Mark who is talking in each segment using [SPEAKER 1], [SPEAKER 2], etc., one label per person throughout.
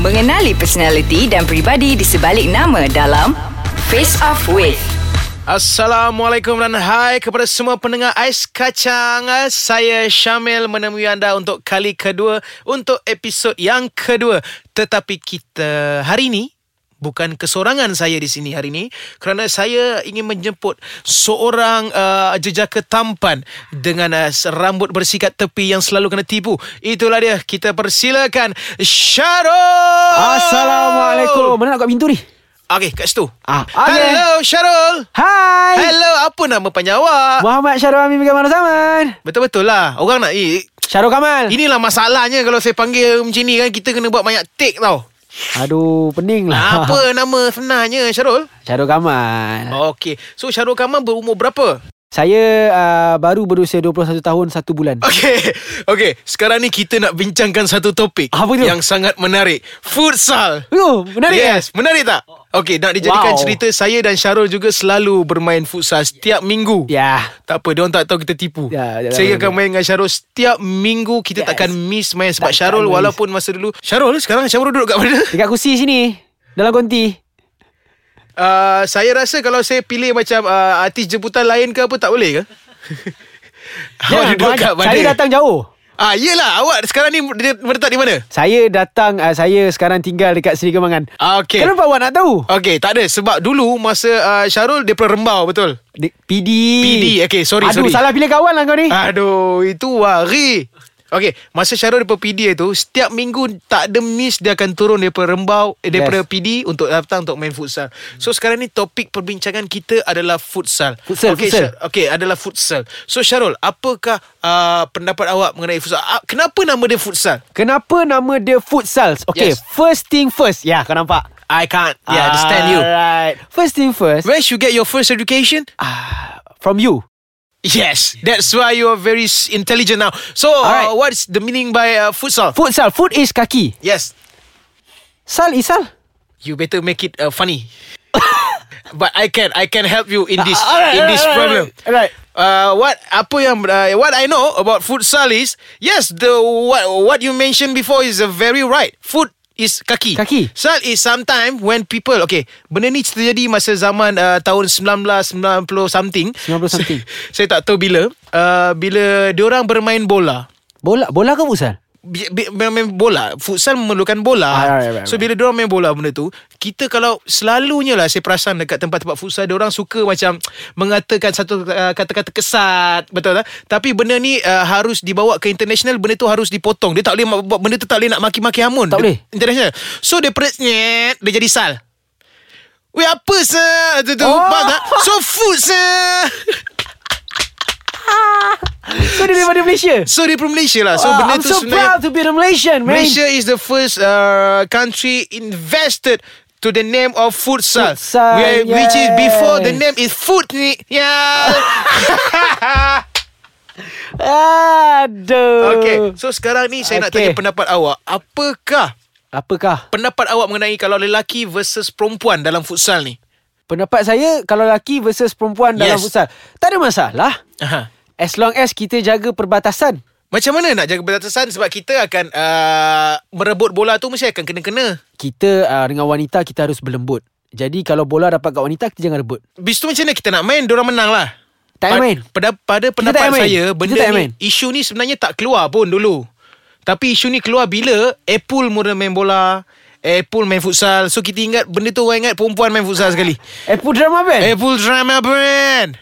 [SPEAKER 1] Mengenali personaliti dan peribadi di sebalik nama dalam Face Off With.
[SPEAKER 2] Assalamualaikum dan hai kepada semua pendengar Ais Kacang. Eh, Saya Syamil menemui anda untuk kali kedua untuk episod yang kedua. Tetapi kita hari ini bukan kesorangan saya di sini hari ini kerana saya ingin menjemput seorang uh, jejaka tampan dengan uh, rambut bersikat tepi yang selalu kena tipu. Itulah dia. Kita persilakan Syarul.
[SPEAKER 3] Assalamualaikum. Mana nak buka pintu ni?
[SPEAKER 2] Okey, kat situ.
[SPEAKER 3] Ah, okey.
[SPEAKER 2] Hello Syarul.
[SPEAKER 3] Hai.
[SPEAKER 2] Hello, apa nama panjang awak?
[SPEAKER 3] Muhammad Syarul Amin Kamal Zaman.
[SPEAKER 2] Betul-betul lah. Orang nak... Eh,
[SPEAKER 3] Syarul Kamal.
[SPEAKER 2] inilah masalahnya kalau saya panggil macam ni kan. Kita kena buat banyak take tau.
[SPEAKER 3] Aduh, pening lah.
[SPEAKER 2] Apa nama senarnya Syarul?
[SPEAKER 3] Syarul Kamal.
[SPEAKER 2] Okey. So, Syarul Kamal berumur berapa?
[SPEAKER 3] Saya uh, baru berusia 21 tahun 1 bulan.
[SPEAKER 2] Okey. Okey. Sekarang ni kita nak bincangkan satu topik.
[SPEAKER 3] Apa tu?
[SPEAKER 2] Yang sangat menarik. Futsal.
[SPEAKER 3] Oh, menarik. eh?
[SPEAKER 2] Yes, menarik tak? Okey, nak dijadikan
[SPEAKER 3] Wow.
[SPEAKER 2] cerita saya dan Syarul juga selalu bermain futsal setiap minggu.
[SPEAKER 3] Ya.
[SPEAKER 2] Tak apa, diorang tak tahu kita tipu.
[SPEAKER 3] Ya, ya,
[SPEAKER 2] saya
[SPEAKER 3] ya,
[SPEAKER 2] akan
[SPEAKER 3] ya.
[SPEAKER 2] main dengan Syarul setiap minggu. Kita
[SPEAKER 3] Yes.
[SPEAKER 2] takkan miss main sebab
[SPEAKER 3] Takkan
[SPEAKER 2] Syarul
[SPEAKER 3] miss.
[SPEAKER 2] walaupun masa dulu Syarul sekarang Syarul duduk kat mana?
[SPEAKER 3] Dekat kursi sini. Dalam konti.
[SPEAKER 2] Uh, saya rasa kalau saya pilih macam uh, artis jemputan lain ke apa tak boleh ke? awak
[SPEAKER 3] Jangan,
[SPEAKER 2] Oh, duduk
[SPEAKER 3] bang.
[SPEAKER 2] kat mana?
[SPEAKER 3] Ya, Saya datang jauh.
[SPEAKER 2] Ah, yelah. Awak sekarang ni dia berletak di mana?
[SPEAKER 3] Saya datang uh, saya sekarang tinggal dekat Seri Kemangan.
[SPEAKER 2] Ah, okey. Oh.
[SPEAKER 3] Kenapa awak nak tahu?
[SPEAKER 2] Okey, tak ada. Sebab dulu masa uh, Syarul dia pernah rembau, betul?
[SPEAKER 3] De- PD.
[SPEAKER 2] PD, okey, sorry,
[SPEAKER 3] Aduh,
[SPEAKER 2] sorry. Ah,
[SPEAKER 3] salah pilih kawan lah kau ni.
[SPEAKER 2] Aduh, itu wari. Okey, masa Syarul daripada PD tu, setiap minggu tak ada miss dia akan turun daripada Rembau, eh, daripada
[SPEAKER 3] Yes.
[SPEAKER 2] PD untuk datang untuk main futsal. So sekarang ni topik perbincangan kita adalah futsal.
[SPEAKER 3] Futsal,
[SPEAKER 2] okay,
[SPEAKER 3] futsal.
[SPEAKER 2] Okey, adalah futsal. So Syarul, apakah uh, pendapat awak mengenai futsal? Uh, kenapa nama dia futsal?
[SPEAKER 3] Kenapa nama dia futsals? Okay,
[SPEAKER 2] Yes.
[SPEAKER 3] yes. first thing first. Ya, kau nampak?
[SPEAKER 2] I can't. Yeah, I understand you.
[SPEAKER 3] Alright. First thing first.
[SPEAKER 2] Ah. Where you get your first education?
[SPEAKER 3] From you.
[SPEAKER 2] Yes, that's why you are very s- intelligent now. So, uh,
[SPEAKER 3] Alright.
[SPEAKER 2] what's the meaning by uh, futsal?
[SPEAKER 3] Futsal. Foot is kaki.
[SPEAKER 2] yes,
[SPEAKER 3] Sal is sal.
[SPEAKER 2] you better make it uh, funny. But I can, I can help you in this
[SPEAKER 3] Ah, alright,
[SPEAKER 2] in this
[SPEAKER 3] alright,
[SPEAKER 2] problem.
[SPEAKER 3] alright, alright.
[SPEAKER 2] Uh, what apa yang uh, what I know about futsal is yes the what what you mentioned before is uh, very right. Foot is kaki.
[SPEAKER 3] Kaki.
[SPEAKER 2] Sal is sometime when people okay benda ni terjadi masa zaman uh, tahun 1990 something.
[SPEAKER 3] 90 something.
[SPEAKER 2] saya tak tahu bila uh, bila diorang bermain bola.
[SPEAKER 3] Bola bola ke futsal?
[SPEAKER 2] bi- bi- main, main bola Futsal memerlukan bola
[SPEAKER 3] Alright, alright,
[SPEAKER 2] So bila diorang main bola benda tu Kita kalau Selalunya lah Saya perasan dekat tempat-tempat futsal Diorang suka macam Mengatakan satu uh, Kata-kata kesat Betul tak Tapi benda ni uh, Harus dibawa ke international Benda tu harus dipotong Dia tak boleh ma- buat Benda tu tak boleh nak maki-maki hamun
[SPEAKER 3] Tak
[SPEAKER 2] Dia-
[SPEAKER 3] boleh.
[SPEAKER 2] International So dia perut nyet, Dia jadi sal Weh apa sah Tu tu
[SPEAKER 3] Oh.
[SPEAKER 2] Faham tak So food sah
[SPEAKER 3] So dia daripada Malaysia.
[SPEAKER 2] So dia from Malaysia lah So
[SPEAKER 3] Wow,
[SPEAKER 2] benda
[SPEAKER 3] Ah, I'm
[SPEAKER 2] tu
[SPEAKER 3] so
[SPEAKER 2] sebenarnya
[SPEAKER 3] proud to be a Malaysian, man.
[SPEAKER 2] Malaysia is the first uh, country invested to the name of futsal,
[SPEAKER 3] Futsal,
[SPEAKER 2] Where- which is before the
[SPEAKER 3] yes.
[SPEAKER 2] name is foot. ni- Ya. Yeah.
[SPEAKER 3] Aduh.
[SPEAKER 2] okay, so sekarang ni saya okay. nak
[SPEAKER 3] Okay.
[SPEAKER 2] tanya pendapat awak. Apakah
[SPEAKER 3] Apakah?
[SPEAKER 2] pendapat awak mengenai kalau lelaki versus perempuan dalam futsal ni?
[SPEAKER 3] Pendapat saya kalau lelaki versus perempuan dalam
[SPEAKER 2] Yes.
[SPEAKER 3] futsal, tak ada masalah.
[SPEAKER 2] Aha.
[SPEAKER 3] As long as kita jaga perbatasan.
[SPEAKER 2] Macam mana nak jaga perbatasan sebab kita akan uh, merebut bola tu mesti akan kena-kena.
[SPEAKER 3] Kita uh, dengan wanita kita harus berlembut. Jadi kalau bola dapat kat wanita kita jangan rebut.
[SPEAKER 2] Habis tu macam mana kita nak main Diorang menang lah
[SPEAKER 3] Tak payah
[SPEAKER 2] Pa-
[SPEAKER 3] main.
[SPEAKER 2] pada, pada pendapat
[SPEAKER 3] tak payah main.
[SPEAKER 2] saya
[SPEAKER 3] Kita
[SPEAKER 2] Benda
[SPEAKER 3] tak payah
[SPEAKER 2] ni
[SPEAKER 3] main.
[SPEAKER 2] Isu ni sebenarnya tak keluar pun dulu Tapi isu ni keluar bila Apple mula main bola Apple main futsal So kita ingat Benda tu orang ingat Perempuan main futsal sekali
[SPEAKER 3] Eh pun drama band.
[SPEAKER 2] Apple drama brand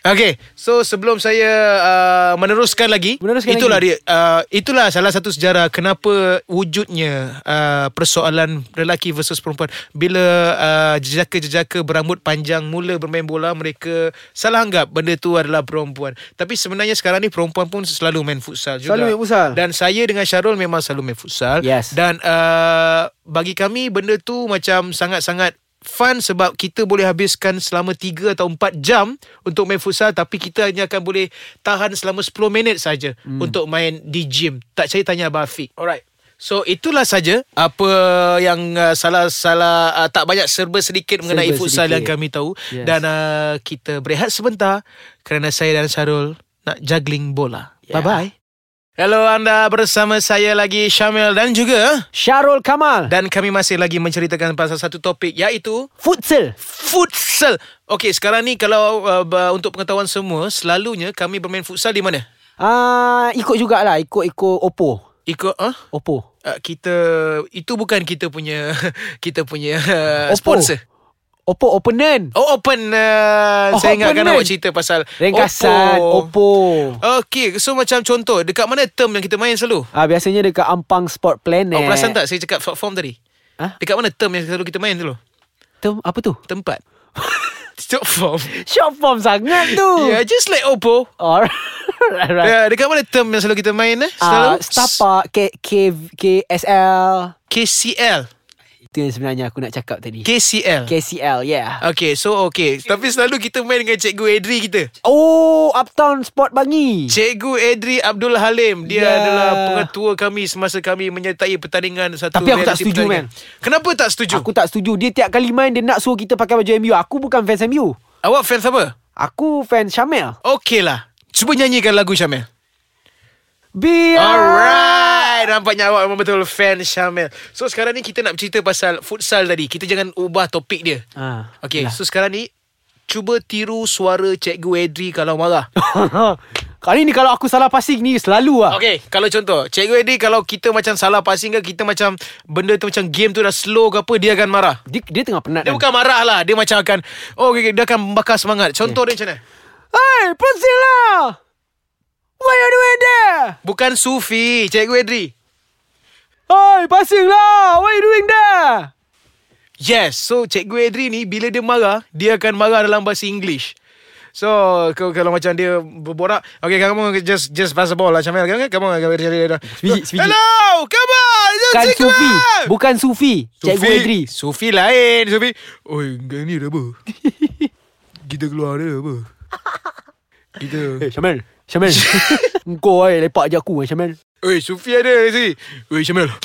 [SPEAKER 2] Okay So sebelum saya uh, Meneruskan lagi
[SPEAKER 3] Meneruskan
[SPEAKER 2] Itulah
[SPEAKER 3] lagi.
[SPEAKER 2] dia uh, Itulah salah satu sejarah Kenapa wujudnya uh, Persoalan lelaki versus perempuan Bila uh, Jejaka-jejaka berambut panjang Mula bermain bola Mereka Salah anggap Benda tu adalah perempuan Tapi sebenarnya sekarang ni Perempuan pun selalu main futsal juga
[SPEAKER 3] Selalu main futsal.
[SPEAKER 2] Dan saya dengan Syarul Memang selalu main futsal
[SPEAKER 3] Yes.
[SPEAKER 2] Dan uh, Bagi kami Benda tu macam Sangat-sangat fun sebab kita boleh habiskan selama 3 atau 4 jam untuk main futsal tapi kita hanya akan boleh tahan selama 10 minit saja hmm. untuk main di gym. Tak saya tanya Abang Afiq. Alright. So itulah saja apa yang uh, salah-salah uh, tak banyak serba sedikit mengenai
[SPEAKER 3] Serba
[SPEAKER 2] futsal
[SPEAKER 3] sedikit.
[SPEAKER 2] yang kami tahu yes.
[SPEAKER 3] Yes.
[SPEAKER 2] dan uh, kita berehat sebentar kerana saya dan Syarul nak juggling bola. Yeah. Bye
[SPEAKER 3] Yeah.
[SPEAKER 2] bye. Hello anda bersama saya lagi Syamil dan juga
[SPEAKER 3] Syarul Kamal.
[SPEAKER 2] dan kami masih lagi menceritakan pasal satu topik iaitu
[SPEAKER 3] Futsal.
[SPEAKER 2] futsal. Okey, sekarang ni kalau uh, ba- untuk pengetahuan semua, selalunya kami bermain futsal di mana?
[SPEAKER 3] Ah, ikut jugalah. Ikut-ikut Oppo.
[SPEAKER 2] Ikut ah huh?
[SPEAKER 3] Oppo.
[SPEAKER 2] uh, kita itu bukan kita punya kita punya uh, sponsor.
[SPEAKER 3] Oppo opponent.
[SPEAKER 2] Oh open uh,
[SPEAKER 3] Oh,
[SPEAKER 2] oh, saya ingatkan
[SPEAKER 3] opponent.
[SPEAKER 2] awak cerita pasal
[SPEAKER 3] Ringkasan Oppo. Oppo.
[SPEAKER 2] Okey, so macam contoh dekat mana term yang kita main selalu?
[SPEAKER 3] Ah, biasanya dekat Ampang Sport eh. Planet.
[SPEAKER 2] Awak perasan tak saya cakap platform tadi?
[SPEAKER 3] Hah?
[SPEAKER 2] Dekat mana term yang selalu kita main dulu?
[SPEAKER 3] Term, apa tu?
[SPEAKER 2] Tempat. Short form.
[SPEAKER 3] Short form sangat tu.
[SPEAKER 2] Yeah, just like Oppo.
[SPEAKER 3] Alright. Oh. right.
[SPEAKER 2] Yeah, dekat mana term yang selalu kita main eh?
[SPEAKER 3] Ah,
[SPEAKER 2] Selalu
[SPEAKER 3] Stapak K, K, KSL.
[SPEAKER 2] KCL.
[SPEAKER 3] Itu yang sebenarnya aku nak cakap tadi.
[SPEAKER 2] KCL.
[SPEAKER 3] KCL, yeah.
[SPEAKER 2] Okay, so okay. Tapi selalu kita main dengan Cikgu Edri kita.
[SPEAKER 3] Oh, Uptown Sport Bangi.
[SPEAKER 2] Cikgu Edri Abdul Halim Dia
[SPEAKER 3] Ya.
[SPEAKER 2] yeah. adalah pengetua kami Semasa kami menyertai pertandingan satu
[SPEAKER 3] Tapi aku tak
[SPEAKER 2] reality
[SPEAKER 3] setuju,
[SPEAKER 2] pertandingan. Kenapa tak setuju? Aku...
[SPEAKER 3] Aku tak setuju. Dia tiap kali main, dia nak suruh kita pakai baju MU. Aku bukan fans MU.
[SPEAKER 2] Awak fans apa?
[SPEAKER 3] Aku fans Syamel.
[SPEAKER 2] Okey lah Cuba nyanyikan lagu Syamil
[SPEAKER 3] Biar.
[SPEAKER 2] Alright Nampaknya awak memang betul fan Syamil So sekarang ni kita nak bercerita pasal futsal tadi Kita jangan ubah topik dia
[SPEAKER 3] Ah,
[SPEAKER 2] Okay so sekarang ni Cuba tiru suara Cikgu Edri kalau marah
[SPEAKER 3] Kali ni kalau aku salah passing ni selalu lah.
[SPEAKER 2] Okay Kalau contoh Cikgu Edri kalau kita macam salah passing ke Kita macam Benda tu macam game tu dah slow ke apa Dia akan marah
[SPEAKER 3] Dia, dia tengah penat
[SPEAKER 2] Dia
[SPEAKER 3] kan?
[SPEAKER 2] bukan marah lah Dia macam akan Oh okay, okay, dia akan bakar semangat Contoh yeah. dia macam mana
[SPEAKER 3] Hey, Priscilla! lah. Why are you doing there?
[SPEAKER 2] Bukan Sufi Cikgu Edri
[SPEAKER 3] Hey, passing lah! Why you doing there?
[SPEAKER 2] Yes So Cikgu Edri ni Bila dia marah Dia akan marah dalam bahasa English So kalau, kalau macam dia berborak Okay kamu just just pass the ball lah Syamil Kamu kamu
[SPEAKER 3] Sebiji, sebiji.
[SPEAKER 2] Hello Come on just
[SPEAKER 3] Bukan
[SPEAKER 2] take
[SPEAKER 3] Sufi.
[SPEAKER 2] one.
[SPEAKER 3] Bukan Sufi. Cikgu
[SPEAKER 2] lah. Sufi-
[SPEAKER 3] Edri.
[SPEAKER 2] Sufi lain Sufi Oi gang ni ada apa Kita keluar dia apa Kita
[SPEAKER 3] Eh, Syamel. Syamel. Engkau eh, lepak je aku eh, Syamel.
[SPEAKER 2] Oi Sufi ada sini Oi Syamil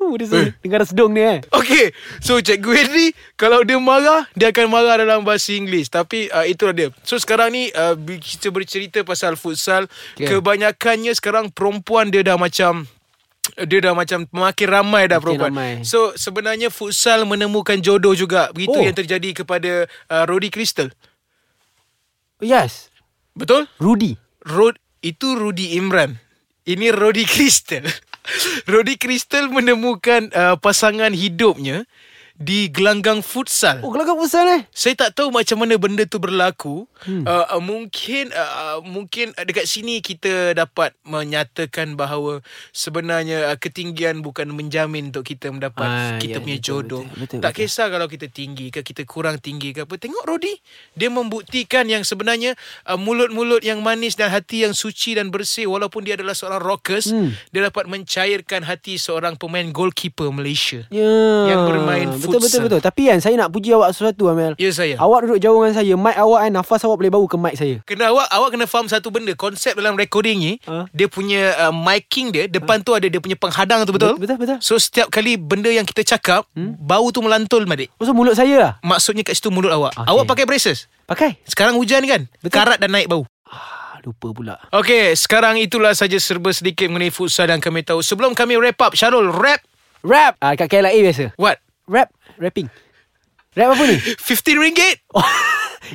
[SPEAKER 3] Oh, dia sedang, dengar sedung ni eh.
[SPEAKER 2] Okay So Cikgu Henry Kalau dia marah Dia akan marah dalam bahasa Inggeris Tapi uh, itulah dia So sekarang ni uh, bi- Kita bercerita pasal futsal
[SPEAKER 3] Okay.
[SPEAKER 2] okay. Kebanyakannya sekarang Perempuan dia dah macam dia dah macam makin ramai dah
[SPEAKER 3] Makin
[SPEAKER 2] perempuan.
[SPEAKER 3] ramai.
[SPEAKER 2] So sebenarnya futsal menemukan jodoh juga. Begitu
[SPEAKER 3] Oh.
[SPEAKER 2] oh. yang terjadi kepada uh, Rodi Crystal.
[SPEAKER 3] Oh, Yes.
[SPEAKER 2] Betul?
[SPEAKER 3] Rudy.
[SPEAKER 2] Rod itu Rudi Imran. Ini Rodi Crystal. Rodi Crystal menemukan uh, pasangan hidupnya di gelanggang futsal.
[SPEAKER 3] Oh, kelakar pusat eh.
[SPEAKER 2] Saya tak tahu macam mana benda tu berlaku. Hmm. Uh, uh, mungkin uh, uh, mungkin uh, dekat sini kita dapat menyatakan bahawa sebenarnya uh, ketinggian bukan menjamin untuk kita mendapat
[SPEAKER 3] Ah,
[SPEAKER 2] kita
[SPEAKER 3] ya,
[SPEAKER 2] punya
[SPEAKER 3] betul,
[SPEAKER 2] jodoh.
[SPEAKER 3] betul, betul,
[SPEAKER 2] tak
[SPEAKER 3] betul.
[SPEAKER 2] kisah kalau kita tinggi ke kita kurang tinggi ke apa. Tengok Rodi, dia membuktikan yang sebenarnya uh, mulut-mulut yang manis dan hati yang suci dan bersih walaupun dia adalah seorang rockers, hmm.
[SPEAKER 3] Hmm.
[SPEAKER 2] dia dapat mencairkan hati seorang pemain goalkeeper Malaysia.
[SPEAKER 3] Ya.
[SPEAKER 2] Yang bermain
[SPEAKER 3] betul, Betul,
[SPEAKER 2] futsal.
[SPEAKER 3] betul, Tapi kan, saya nak puji awak sesuatu, Amel.
[SPEAKER 2] Ya saya.
[SPEAKER 3] Awak duduk jauh dengan saya. Mic awak kan, nafas awak boleh bau ke mic saya.
[SPEAKER 2] Kena awak awak kena faham satu benda konsep dalam recording ni ha?
[SPEAKER 3] Ha?
[SPEAKER 2] dia punya uh, miking dia depan tu ada dia punya penghadang tu betul?
[SPEAKER 3] Betul, betul.
[SPEAKER 2] So setiap kali benda yang kita cakap hmm? bau tu melantul madik.
[SPEAKER 3] Maksud mulut saya lah.
[SPEAKER 2] Maksudnya kat situ mulut awak.
[SPEAKER 3] Okey.
[SPEAKER 2] Okay. Awak pakai braces.
[SPEAKER 3] Pakai.
[SPEAKER 2] Sekarang hujan kan?
[SPEAKER 3] Betul.
[SPEAKER 2] Betul. Karat dan naik bau.
[SPEAKER 3] Ah, lupa pula.
[SPEAKER 2] Okey, sekarang itulah saja serba sedikit mengenai futsal yang kami tahu. Sebelum kami wrap up, Syarul wrap
[SPEAKER 3] Rap. Ah, kat KLIA biasa.
[SPEAKER 2] what?
[SPEAKER 3] Rap. Rapping. Rap apa ni?
[SPEAKER 2] 15 ringgit?
[SPEAKER 3] Oh,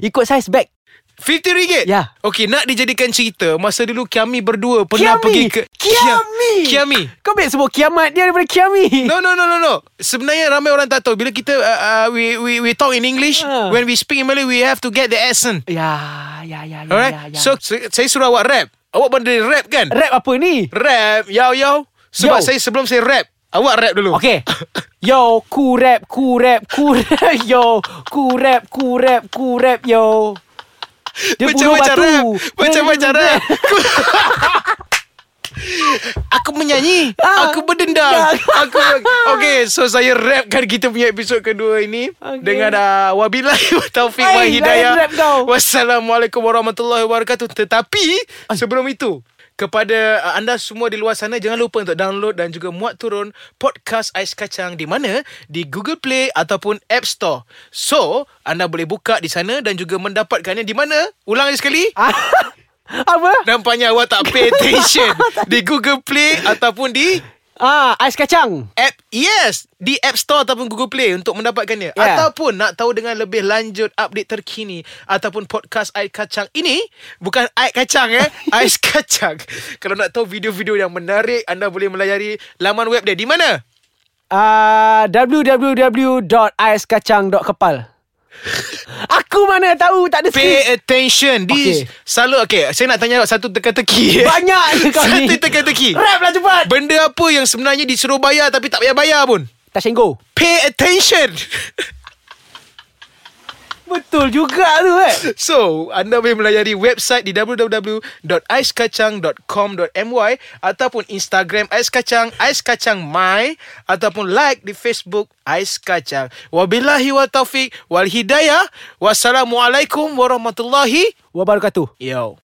[SPEAKER 3] ikut size bag.
[SPEAKER 2] 50 ringgit?
[SPEAKER 3] Ya.
[SPEAKER 2] Okey, nak dijadikan cerita. Masa dulu kami berdua pernah
[SPEAKER 3] Kiami.
[SPEAKER 2] pergi ke...
[SPEAKER 3] Kiami.
[SPEAKER 2] Kiami.
[SPEAKER 3] Kau ambil sebut kiamat dia daripada kiami.
[SPEAKER 2] No no no no no. Sebenarnya ramai orang tak tahu bila kita uh, uh, we we we talk in English, uh.
[SPEAKER 3] Ah.
[SPEAKER 2] when we speak in Malay we have to get the accent.
[SPEAKER 3] Ya, ya, ya, ya,
[SPEAKER 2] Alright.
[SPEAKER 3] ya, ya.
[SPEAKER 2] So se- saya suruh awak rap. Awak pandai rap kan?
[SPEAKER 3] rap apa ni?
[SPEAKER 2] Rap. Yo yo. Sebab
[SPEAKER 3] Yo.
[SPEAKER 2] yo. saya sebelum saya rap, awak rap dulu.
[SPEAKER 3] Okay. Yo, ku rap, ku rap, ku rap, yo. Ku rap, ku rap, ku rap, yo. Dia bunuh
[SPEAKER 2] Macam-macam
[SPEAKER 3] batu.
[SPEAKER 2] rap.
[SPEAKER 3] Dia-
[SPEAKER 2] Macam-macam
[SPEAKER 3] dia-
[SPEAKER 2] rap. Aku menyanyi
[SPEAKER 3] Ah.
[SPEAKER 2] Aku berdendam Aku Okay So saya rapkan kita punya episod kedua ini
[SPEAKER 3] Okey.
[SPEAKER 2] Dengan uh, Wabillahi wa taufiq wa
[SPEAKER 3] Hai, lain
[SPEAKER 2] hidayah
[SPEAKER 3] rap kau.
[SPEAKER 2] Wassalamualaikum warahmatullahi wabarakatuh Tetapi Sebelum itu kepada uh, anda semua di luar sana jangan lupa untuk download dan juga muat turun podcast Ais Kacang di mana di Google Play ataupun App Store. So, anda boleh buka di sana dan juga mendapatkannya di mana? Ulang lagi sekali.
[SPEAKER 3] Ah, Apa?
[SPEAKER 2] Nampaknya awak tak pay attention Di Google Play Ataupun di
[SPEAKER 3] Ah, ais kacang.
[SPEAKER 2] app Yes Di App Store ataupun Google Play Untuk mendapatkannya
[SPEAKER 3] Yeah.
[SPEAKER 2] Ataupun nak tahu dengan lebih lanjut Update terkini Ataupun podcast Ais Kacang Ini Bukan Ais Kacang eh Ais Kacang Kalau nak tahu video-video yang menarik Anda boleh melayari Laman web dia Di mana?
[SPEAKER 3] Uh, www.aiskacang.kepal Aku mana tahu tak ada skrip.
[SPEAKER 2] Pay attention This
[SPEAKER 3] Okay.
[SPEAKER 2] Selalu okay Saya nak tanya awak Satu teka-teki eh.
[SPEAKER 3] Banyak je kau ni.
[SPEAKER 2] Satu teka-teki
[SPEAKER 3] Rap lah cepat.
[SPEAKER 2] Benda apa yang sebenarnya disuruh bayar Tapi tak payah bayar pun
[SPEAKER 3] Tak senggo.
[SPEAKER 2] Pay attention
[SPEAKER 3] Betul juga tu eh.
[SPEAKER 2] So Anda boleh melayari website Di www.aiskacang.com.my Ataupun Instagram Ais Kacang Ais Kacang My Ataupun like di Facebook Ais Kacang Wabillahi wa taufiq Wal hidayah Wassalamualaikum warahmatullahi
[SPEAKER 3] Wabarakatuh.
[SPEAKER 2] Yo